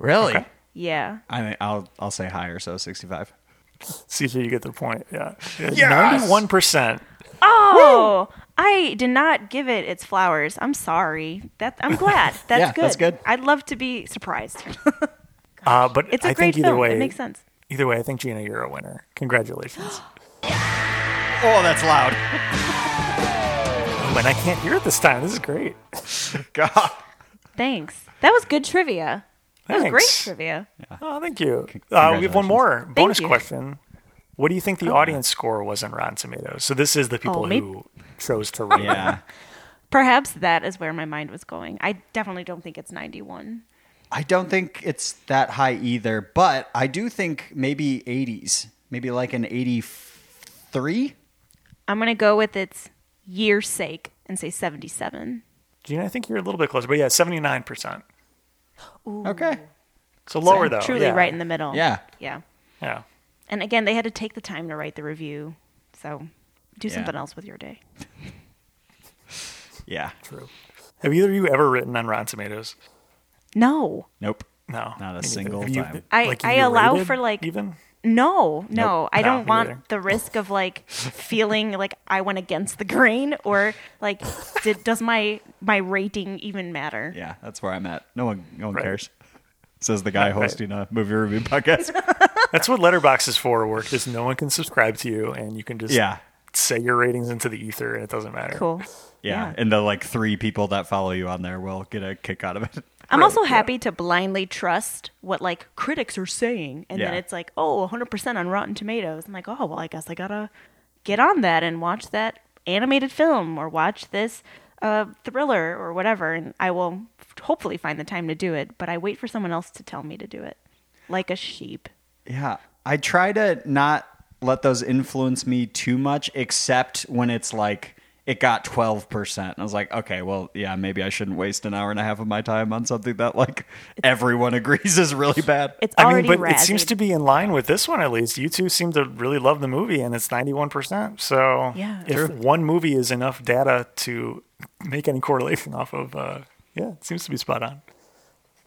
really?
Yeah.
I mean, I'll I'll say higher, so sixty five.
CJ, you get the point. Yeah. 91%.
Oh, I did not give it its flowers. I'm sorry. That
*laughs*
I'm glad. That's
Yeah,
good.
that's good.
I'd love to be surprised.
Uh, but
it's a
I
great
think either
film.
way,
it makes sense.
either way, I think Gina, you're a winner. Congratulations.
Oh, that's loud. *laughs*
Oh, and I can't hear it this time. This is great.
God.
Thanks. That was good trivia. That was great
Thanks.
trivia.
Oh, thank you. Uh, we have one
congratulations.
more bonus
you.
question. What do you think the audience score was on Rotten Tomatoes? So this is the people
Oh, may-
who chose to rate. it.
Yeah.
Perhaps that is where my mind was going. I definitely don't think it's 91.
I don't think it's that high either, but I do think maybe 80s, maybe like an 83.
I'm going to go with its year's sake and say 77.
Gina, I think you're a little bit closer, but yeah, seventy nine percent.
Okay.
So lower though.
Truly
yeah.
right in the middle.
Yeah.
Yeah.
Yeah.
And again, they had to take the time to write the review. So do
Yeah.
something else with your day.
Yeah.
True. Have either of you ever written on Rotten Tomatoes?
No.
Nope.
No,
Not a
me neither.
single
Have you-
time.
I-
like,
I
you
allow
rated
for, like-
even.
No, no, I
No,
don't
me
want
neither.
the risk of like feeling like I went against the grain or like did, does my my rating even matter?
Yeah, that's where I'm at. No one no one
Right.
cares. Says the guy hosting a movie review *laughs* podcast.
That's what Letterbox is for. Work is no one can subscribe to you, and you can just
yeah.
say your ratings into the ether, and it doesn't matter.
Cool.
Yeah. And the like three people that follow you on there will get a kick out of it.
I'm also happy to blindly trust what like critics are saying and then
Yeah.
it's like, "Oh, 100% on Rotten Tomatoes." I'm like, "Oh, well, I guess I got to get on that and watch that animated film or watch this uh, thriller or whatever and I will hopefully find the time to do it, but I wait for someone else to tell me to do it. Like a sheep.
Yeah. I try to not let those influence me too much, except when it's like it got 12%. I was like, okay, well, yeah, maybe I shouldn't waste an hour and a half of my time on something that like everyone agrees
*laughs*
is really bad.
It's
I
already
mean, but
razzied.
it seems to be in line with this one at least. You two seem to really love the movie, and it's ninety-one percent. So,
Yeah.
if one movie is enough data to make any *laughs* correlation off of, uh, yeah, it seems to be spot on.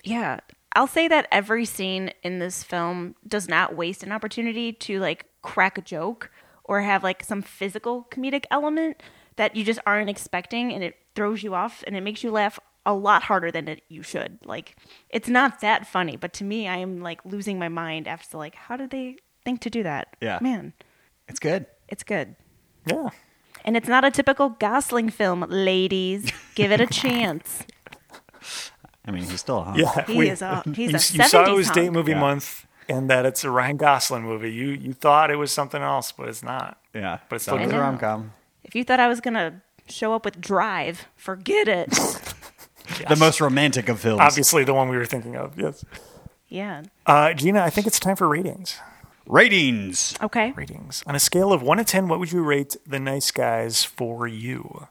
yeah i'll say that every scene in this film does not waste an opportunity to like crack a joke or have like some physical comedic element that you just aren't expecting and it throws you off and it makes you laugh a lot harder than it, you should like it's not that funny but to me i am like losing my mind after like how did they think to do that
Yeah.
man
It's good.
it's good
Yeah,
and it's not a typical gosling film ladies
*laughs*
give it a chance
I mean, he's still a
*laughs*
hunk.
yeah.
he
we-
is a he's
you,
a 70s
you saw it was date
hunk.
movie
Yeah.
month, and that it's a Ryan Gosling movie. You you thought it was something else, but it's not.
Yeah.
But it's
So
still
it's a
good.
rom com.
If you thought I was gonna show up with Drive, forget *laughs* it.
The most romantic of films.
Obviously, the one we were thinking of. Yes.
yeah.
Uh, Gina, I think it's time for ratings.
Ratings.
Okay.
Ratings. On a scale of one to ten, what would you rate The Nice Guys for you?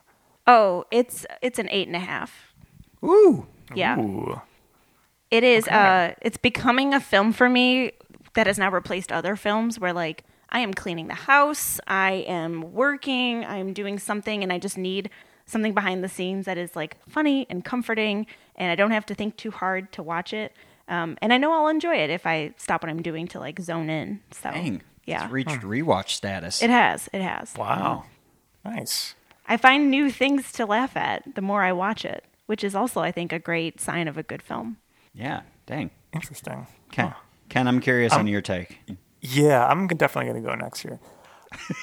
Oh, it's it's an eight and a half. Ooh. Yeah.
Ooh.
It is. Uh, it's becoming a film for me that has now replaced other films where like I am cleaning the house, I am working, I'm doing something, and I just need something behind the scenes that is like funny and comforting, and I don't have to think too hard to watch it. Um, and I know I'll enjoy it if I stop what I'm doing to like zone in. So
Dang.
yeah,
It's reached rewatch status.
It has. It has.
Wow. Nice.
I find new things to laugh at the more I watch it, which is also, I think, a great sign of a good film.
yeah. Dang.
Interesting.
Ken, Ken I'm curious
Um,
on your take.
uh, Yeah, I'm definitely going to go next year.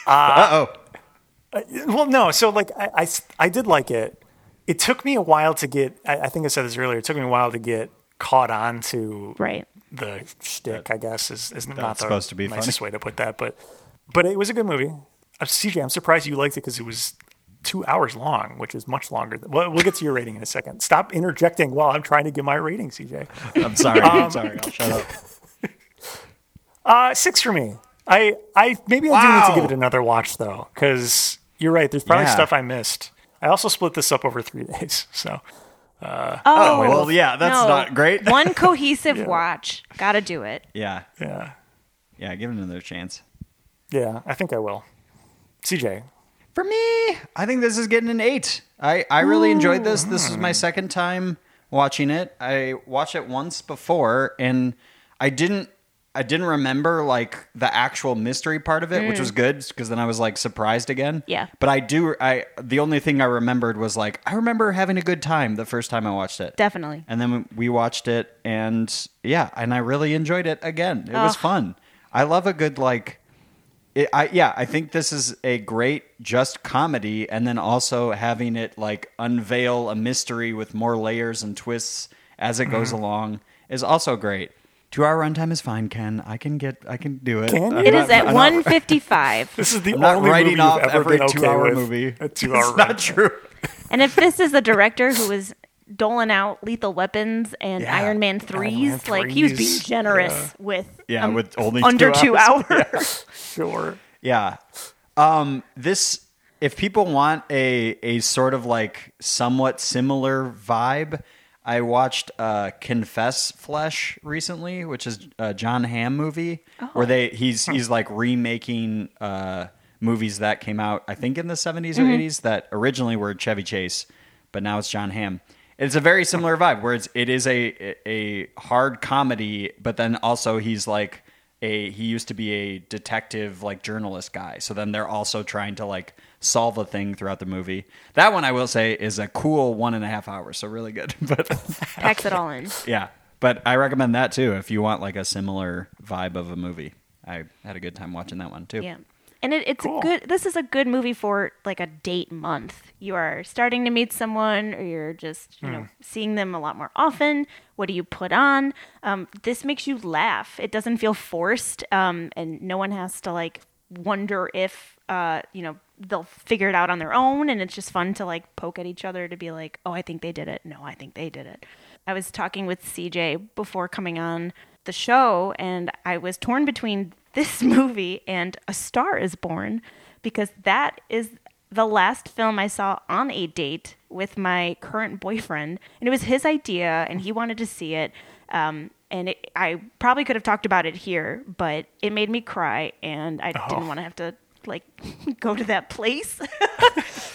Uh oh.
Well, no. So, like, I, I s- I did like it. It took me a while to get, I, I think I said this earlier, it took me a while to get caught on to
Right.
the shtick, I guess, is, is not
that's
the
supposed to be
nicest way to put that. But but it was a good movie. Uh, CJ, I'm surprised you liked it because it was two hours long, which is much longer. Than, well, we'll get to your rating in a second. Stop interjecting while I'm trying to give my rating, CJ. *laughs*
I'm sorry.
um,
I'm sorry. I'll shut up.
Uh, six for me. I, I maybe I do need to
Wow.
give it another watch though, because you're right. There's probably
Yeah.
stuff I missed. I also split this up over three *laughs* days, so
Oh,
well, yeah, that's
no.
not great.
*laughs* One cohesive watch. Gotta do it.
Yeah.
yeah,
Yeah. Give it another chance.
yeah. I think I will. CJ,
For me, I think this is getting an eight. I, I really enjoyed this. This was my second time watching it. I watched it once before and I didn't I didn't remember like the actual mystery part of it, which was good because then I was like surprised again.
Yeah.
But I do I the only thing I remembered was like I remember having a good time the first time I watched it.
Definitely.
And then we watched it, and yeah, and I really enjoyed it again. It was fun. I love a good like. It, I yeah, I think this is a great just comedy, and then also having it like unveil a mystery with more layers and twists as it goes along is also great. Two hour runtime is fine, Ken. I can get. I can do it.
Can
I'm
you?
It
not-
is at
I'm not- *laughs*
one fifty five.
This is the
I'm not
only
writing
movie
off
you've ever
every
been okay
two-hour
with.
movie. *laughs*
A two-hour.
It's not
runtime.
true.
And if this is a director who was doling out Lethal Weapons and
Yeah.
Iron Man threes, like he was being
threes.
generous with
Yeah,
um,
with only
under
two
two
hours. *laughs*
hours.
Sure.
Yeah. Um, this, if people want a, a sort of like somewhat similar vibe, I watched uh, Confess Flesh recently, which is a John Hamm movie where they he's he's like remaking uh, movies that came out I think in the 70s or 80s that originally were Chevy Chase, but now it's John Hamm. It's a very similar vibe where it's it is a a hard comedy, but then also he's like a he used to be a detective like journalist guy so then they're also trying to like solve a thing throughout the movie that one i will say is a cool one and a half hours so really good *laughs* but
Packs it all in.
yeah but i recommend that too if you want like a similar vibe of a movie i had a good time watching that one too
Yeah. And it, it's a good. This is a good movie for like a date month. You are starting to meet someone, or you're just you know seeing them a lot more often. What do you put on? Um, this makes you laugh. It doesn't feel forced, um, and no one has to like wonder if uh, you know they'll figure it out on their own. And it's just fun to like poke at each other to be like, oh, I think they did it. No, I think they did it. I was talking with CJ before coming on the show, and I was torn between *laughs* this movie and A Star is Born because that is the last film I saw on a date with my current boyfriend. And it was his idea, and he wanted to see it. Um, and it, I probably could have talked about it here, but it made me cry, and I didn't want to have to like *laughs* go to that place.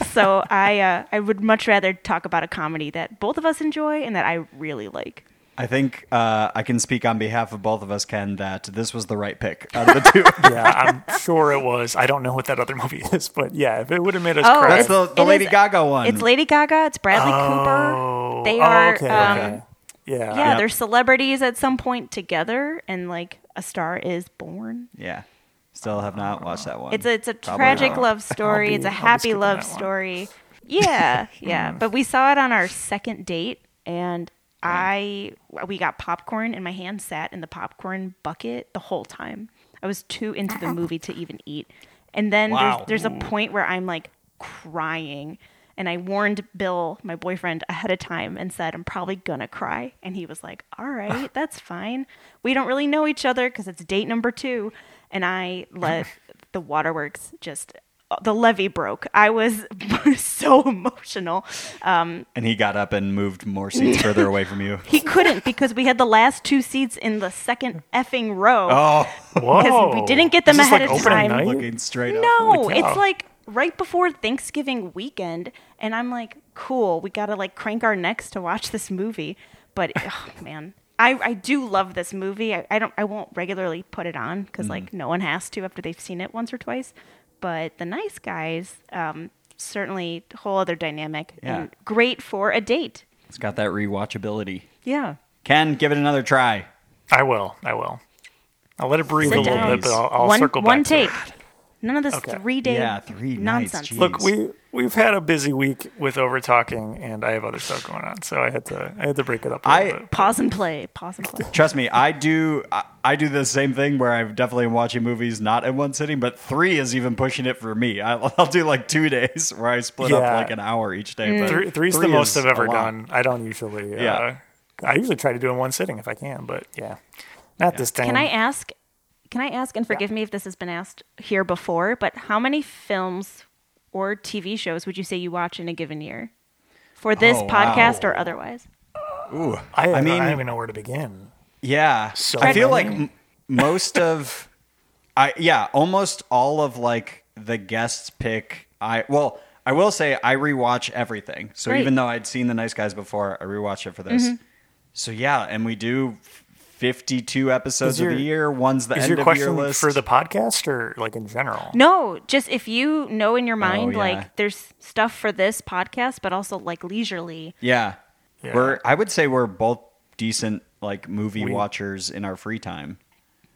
so I uh, I would much rather talk about a comedy that both of us enjoy and that I really like.
i think uh, i can speak on behalf of both of us ken that this was the right pick out of the
*laughs*
two
Yeah,
*laughs*
I'm sure it was. I don't know what that other movie *laughs* is, but yeah, if it would have made us
Oh,
cry.
That's the-
it
Lady Gaga one.
It's Lady Gaga. It's Bradley
Oh,
Cooper. They
oh,
are,
okay,
um,
okay. Yeah.
yeah,
Yep.
they're celebrities at some point together, and like a star is born.
yeah still have not watched that one
It's a, it's a
Probably
tragic
not.
love story.
be-
it's a
I'll be
happy
skipping
love
that one. Hmm.
story.
*laughs*
Yeah, yeah. But we saw it on our second date, and I we got popcorn, and my hand sat in the popcorn bucket the whole time. I was too into the movie to even eat. And then
Wow.
there's, there's a point where I'm like crying. And I warned Bill, my boyfriend, ahead of time and said, I'm probably gonna cry. And he was like, All right, that's fine. We don't really know each other because it's date number two. And I let the waterworks just, the levee broke. I was *laughs* so emotional.
and he got up and moved more seats further away from *laughs* you
He couldn't because we had the last two seats in the second effing row.
*laughs*
oh *laughs*
Whoa.
we didn't get them
Is this
ahead
like
of
opening
time.
night?
looking straight up
cow.
No, it's like right before Thanksgiving weekend, and I'm like, cool, we gotta like crank our necks to watch this movie.
*laughs*
But oh, man, I, I do love this movie. I, I don't I won't regularly put it on because
Mm.
like no one has to after they've seen it once or twice. But the nice guys, um, certainly whole other dynamic
Yeah.
and great for a date.
it's got that rewatchability
Yeah.
Ken, give it another try.
I will. I will. I'll let it breathe
Sit
a little
down.
bit, but I'll, I'll
one
circle back.
one
to it.
take. None of this
Okay.
three day
Yeah, three nights,
nonsense.
geez.
Look, we we've had a busy week with over talking, and I have other stuff going on, so I had to I had to break it up. A
I-
little bit.
Pause and play. Pause and play.
Trust me, I do. I, I do the same thing where I've definitely am watching movies not in one sitting, but three is even pushing it for me. I, *laughs* I'll do like two days where I split up
Yeah.
like an hour each day. But
Three, three's
three
the most
is
I've ever
a lot.
done. I don't usually. Uh,
Yeah.
I usually try to do it in one sitting if I can, but yeah, not this time.
Can
Um,
I ask? Can I ask? And forgive me if this has been asked here before, but how many films or TV shows would you say you watch in a given year, for this
Oh, wow.
podcast or otherwise?
I,
I
I
mean-
mean, I don't even know where to begin.
Yeah,
So
I feel like
many.
m- most of, *laughs* I yeah, almost all of like the guests pick. I well, I will say I rewatch everything. So
Great.
even though I'd seen the Nice Guys before, I rewatched it for this. So yeah, and we do fifty-two episodes
Is your-
of the year. One's the
Is
end
your
of year
question
list
for the podcast or like in general?
No, just if you know in your mind,
Oh, yeah.
like there's stuff for this podcast, but also like leisurely.
Yeah.
Yeah.
We're I would say we're both decent like movie watchers in our free time.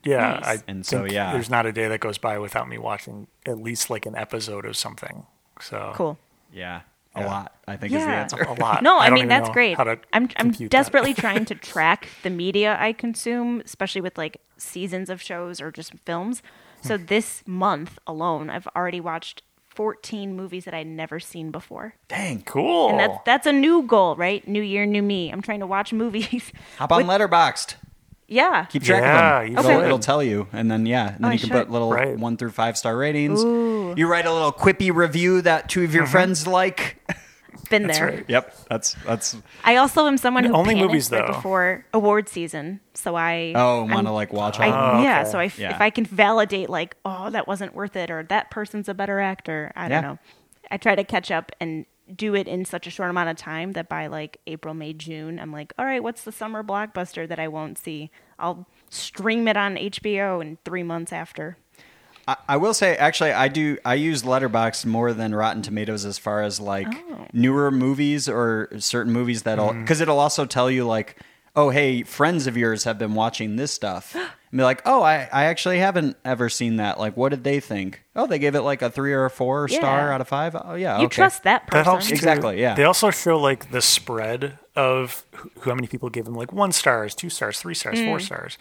Yeah,
Nice.
I
And so,
think
yeah.
there's not a day that goes by without me watching at least like an episode of something. So
Cool.
Yeah. a lot. I think is the
Yeah.
answer.
A lot.
No,
I,
I,
don't
mean
even
that's
know
great.
How to
I'm I'm
compute that. *laughs*
desperately trying to track the media I consume, especially with like seasons of shows or just films. So
Hmm.
this month alone, I've already watched 14 movies that I'd never seen before.
Dang, cool.
And that's that's a new goal, right? New year, new me. I'm trying to watch movies. *laughs*
Hop on Letterboxd.
Yeah.
Keep track
Yeah,
of
you
them. It'll,
should.
it'll tell you, and then yeah, and then
I
you can
should.
put little
Right.
one through five star ratings. You write a little quippy review that two of your friends like.
Been there.
Yep, that's that's.
I also am someone who
Only
panics
movies,
right
though.
before award season. So I
Oh, want to
I'm-
like watch all of
I,
them.
yeah.
okay.
So I f
Oh, Yeah.
if I can validate like, oh, that wasn't worth it, or that person's a better actor. I don't
Yeah.
know. I try to catch up and do it in such a short amount of time that by like April, May, June, I'm like, all right, what's the summer blockbuster that I won't see? I'll stream it on HBO in three months after.
I, I will say, actually, I do. I use Letterbox more than Rotten Tomatoes as far as like
Oh.
newer movies or certain movies that'll because it'll also tell you like, oh, hey, friends of yours have been watching
*gasps*
this stuff. And be like, oh, I, I actually haven't ever seen that. Like, what did they think? Oh, they gave it like a three or a four
Yeah.
star out of five. Oh, yeah.
You
okay.
trust that person?
That helps too.
Exactly, yeah.
They also show like the spread of who, how many people give them like one stars, two stars, three stars, four stars.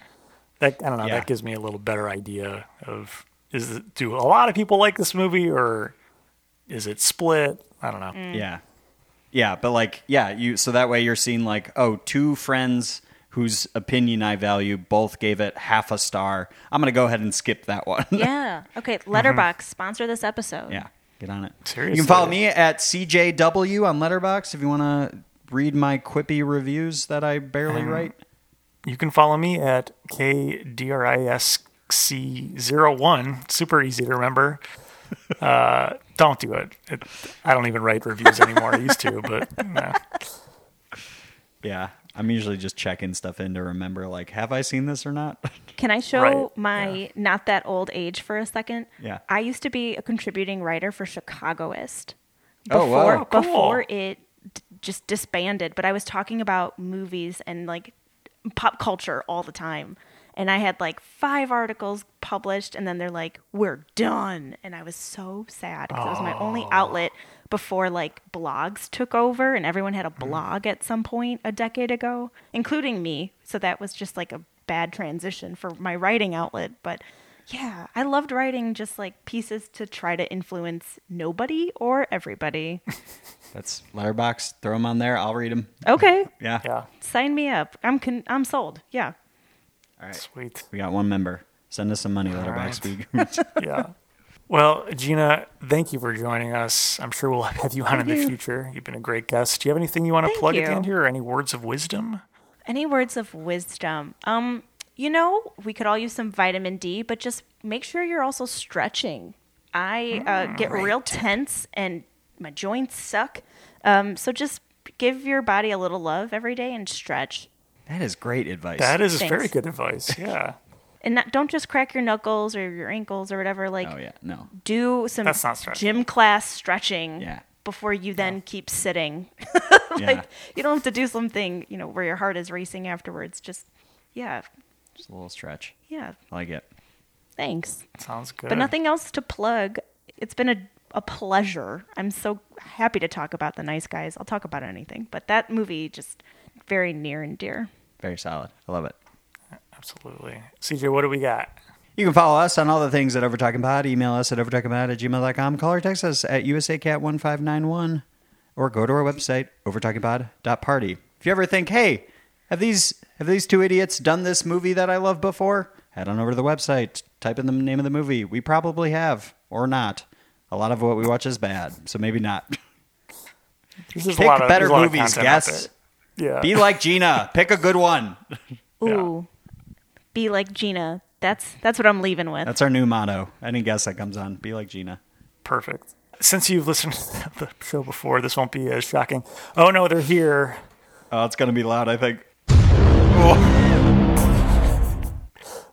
That I don't know.
Yeah.
That gives me a little better idea of is it, do a lot of people like this movie or is it split? I don't know.
Yeah. Yeah, but like yeah, you so that way you're seeing like oh, two friends whose opinion I value both gave it half a star. I'm going to go ahead and skip that one. *laughs*
Yeah. Okay. Letterbox sponsor this episode.
Mm-hmm. yeah. Get on it.
Seriously.
You can follow me at CJW on Letterbox if you want to read my quippy reviews that I barely write.
You can follow me at KDRISC01. Super easy to
*laughs*
remember. Uh, don't do it. it. I don't even write reviews anymore. I used to, but no.
Yeah. I'm usually just checking stuff in to remember like have I seen this or not? *laughs*
Can I show
Right,
my not that old age for a second?
Yeah.
I used to be a contributing writer for Chicagoist
Oh, wow.
before
Oh,
cool.
before it d- just disbanded, but I was talking about movies and like pop culture all the time. And I had like five articles published and then they're like we're done and I was so sad because it was my only outlet before like blogs took over and everyone had a blog at some point a decade ago, including me. So that was just like a bad transition for my writing outlet, but yeah, I loved writing just like pieces to try to influence nobody or everybody.
That's Letterbox. Throw them on there. I'll read them.
Okay,
Yeah.
Yeah.
sign me up. I'm con- I'm sold. Yeah.
All right.
Sweet.
We got one member. Send us some money, Letterbox. We
Yeah. Well, Gina, thank you for joining us. I'm sure we'll *laughs* have you on in the future. You've been a great guest. Do you have anything you want to
Thank
plug at the
you.
end here or any words of wisdom?
Any words of wisdom? Um, you know, we could all use some vitamin D, but just make sure you're also stretching. I uh, get real tense and my joints suck. Um, so just give your body a little love every day and stretch.
*laughs* That is great advice.
That is
Thanks.
very good advice. Yeah.
And not, don't just crack your knuckles or your ankles or whatever. Like,
Oh yeah, *laughs* no.
do some
That's not stretching.
gym class stretching
Yeah.
before you then keep sitting. *laughs*
yeah.
You don't have to do something, you know, where your heart is racing afterwards. Just, yeah,
Just a little stretch.
yeah,
I like it.
thanks.
Sounds good.
But nothing else to plug. It's been a, a pleasure. I'm so happy to talk about The Nice Guys. I'll talk about anything, but that movie just very near and dear.
Very solid. I love it.
Absolutely. CJ, what do we got?
You can follow us on all the things at Overtalking Pod. Email us at overtalkingpod at gmail.com. Call or text us at usacat1591 or go to our website, overtalkingpod.party. If you ever think, hey, have these have these two idiots done this movie that I love before? Head on over to the website, type in the name of the movie. We probably have, or not. A lot of what we watch is bad, so maybe not.
*laughs* There's just
Pick better
there's lot
movies,
content out
guess.
there. Yeah.
Be like Gina. Pick a good one.
Ooh, be like Gina. That's that's what I'm leaving with.
That's our new motto. Any guest that comes on, be like Gina.
Perfect. Since you've listened *laughs* to the show before, this won't be as shocking. Oh no, they're here.
Oh, it's gonna be loud. I think.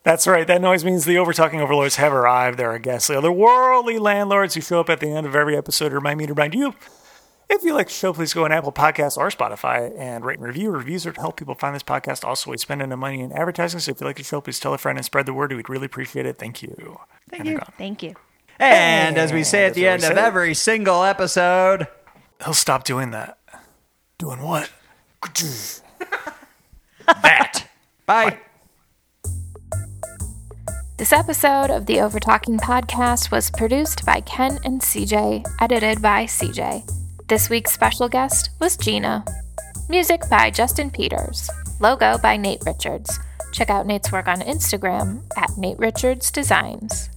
That's right. That noise means the overtalking overlords have arrived. They're our ghastly, otherworldly landlords who show up at the end of every episode to remind me to remind you. If you like the show, please go on Apple Podcasts or Spotify and rate and review. Reviews are to help people find this podcast. Also, we spend no money in advertising, so if you like the show, please tell a friend and spread the word. We'd really appreciate it. Thank you. Thank you.
Thank you.
And as we say at the end of every single episode,
he'll stop doing that. Doing what? *laughs*
That. Bye.
This episode of the Overtalking podcast was produced by Ken and CJ, edited by CJ. This week's special guest was Gina. Music by Justin Peters. Logo by Nate Richards. Check out Nate's work on Instagram at Nate Richards Designs.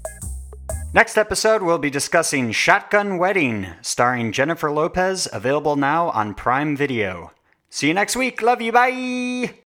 Next episode, we'll be discussing Shotgun Wedding, starring Jennifer Lopez, available now on Prime Video. See you next week. Love you. Bye.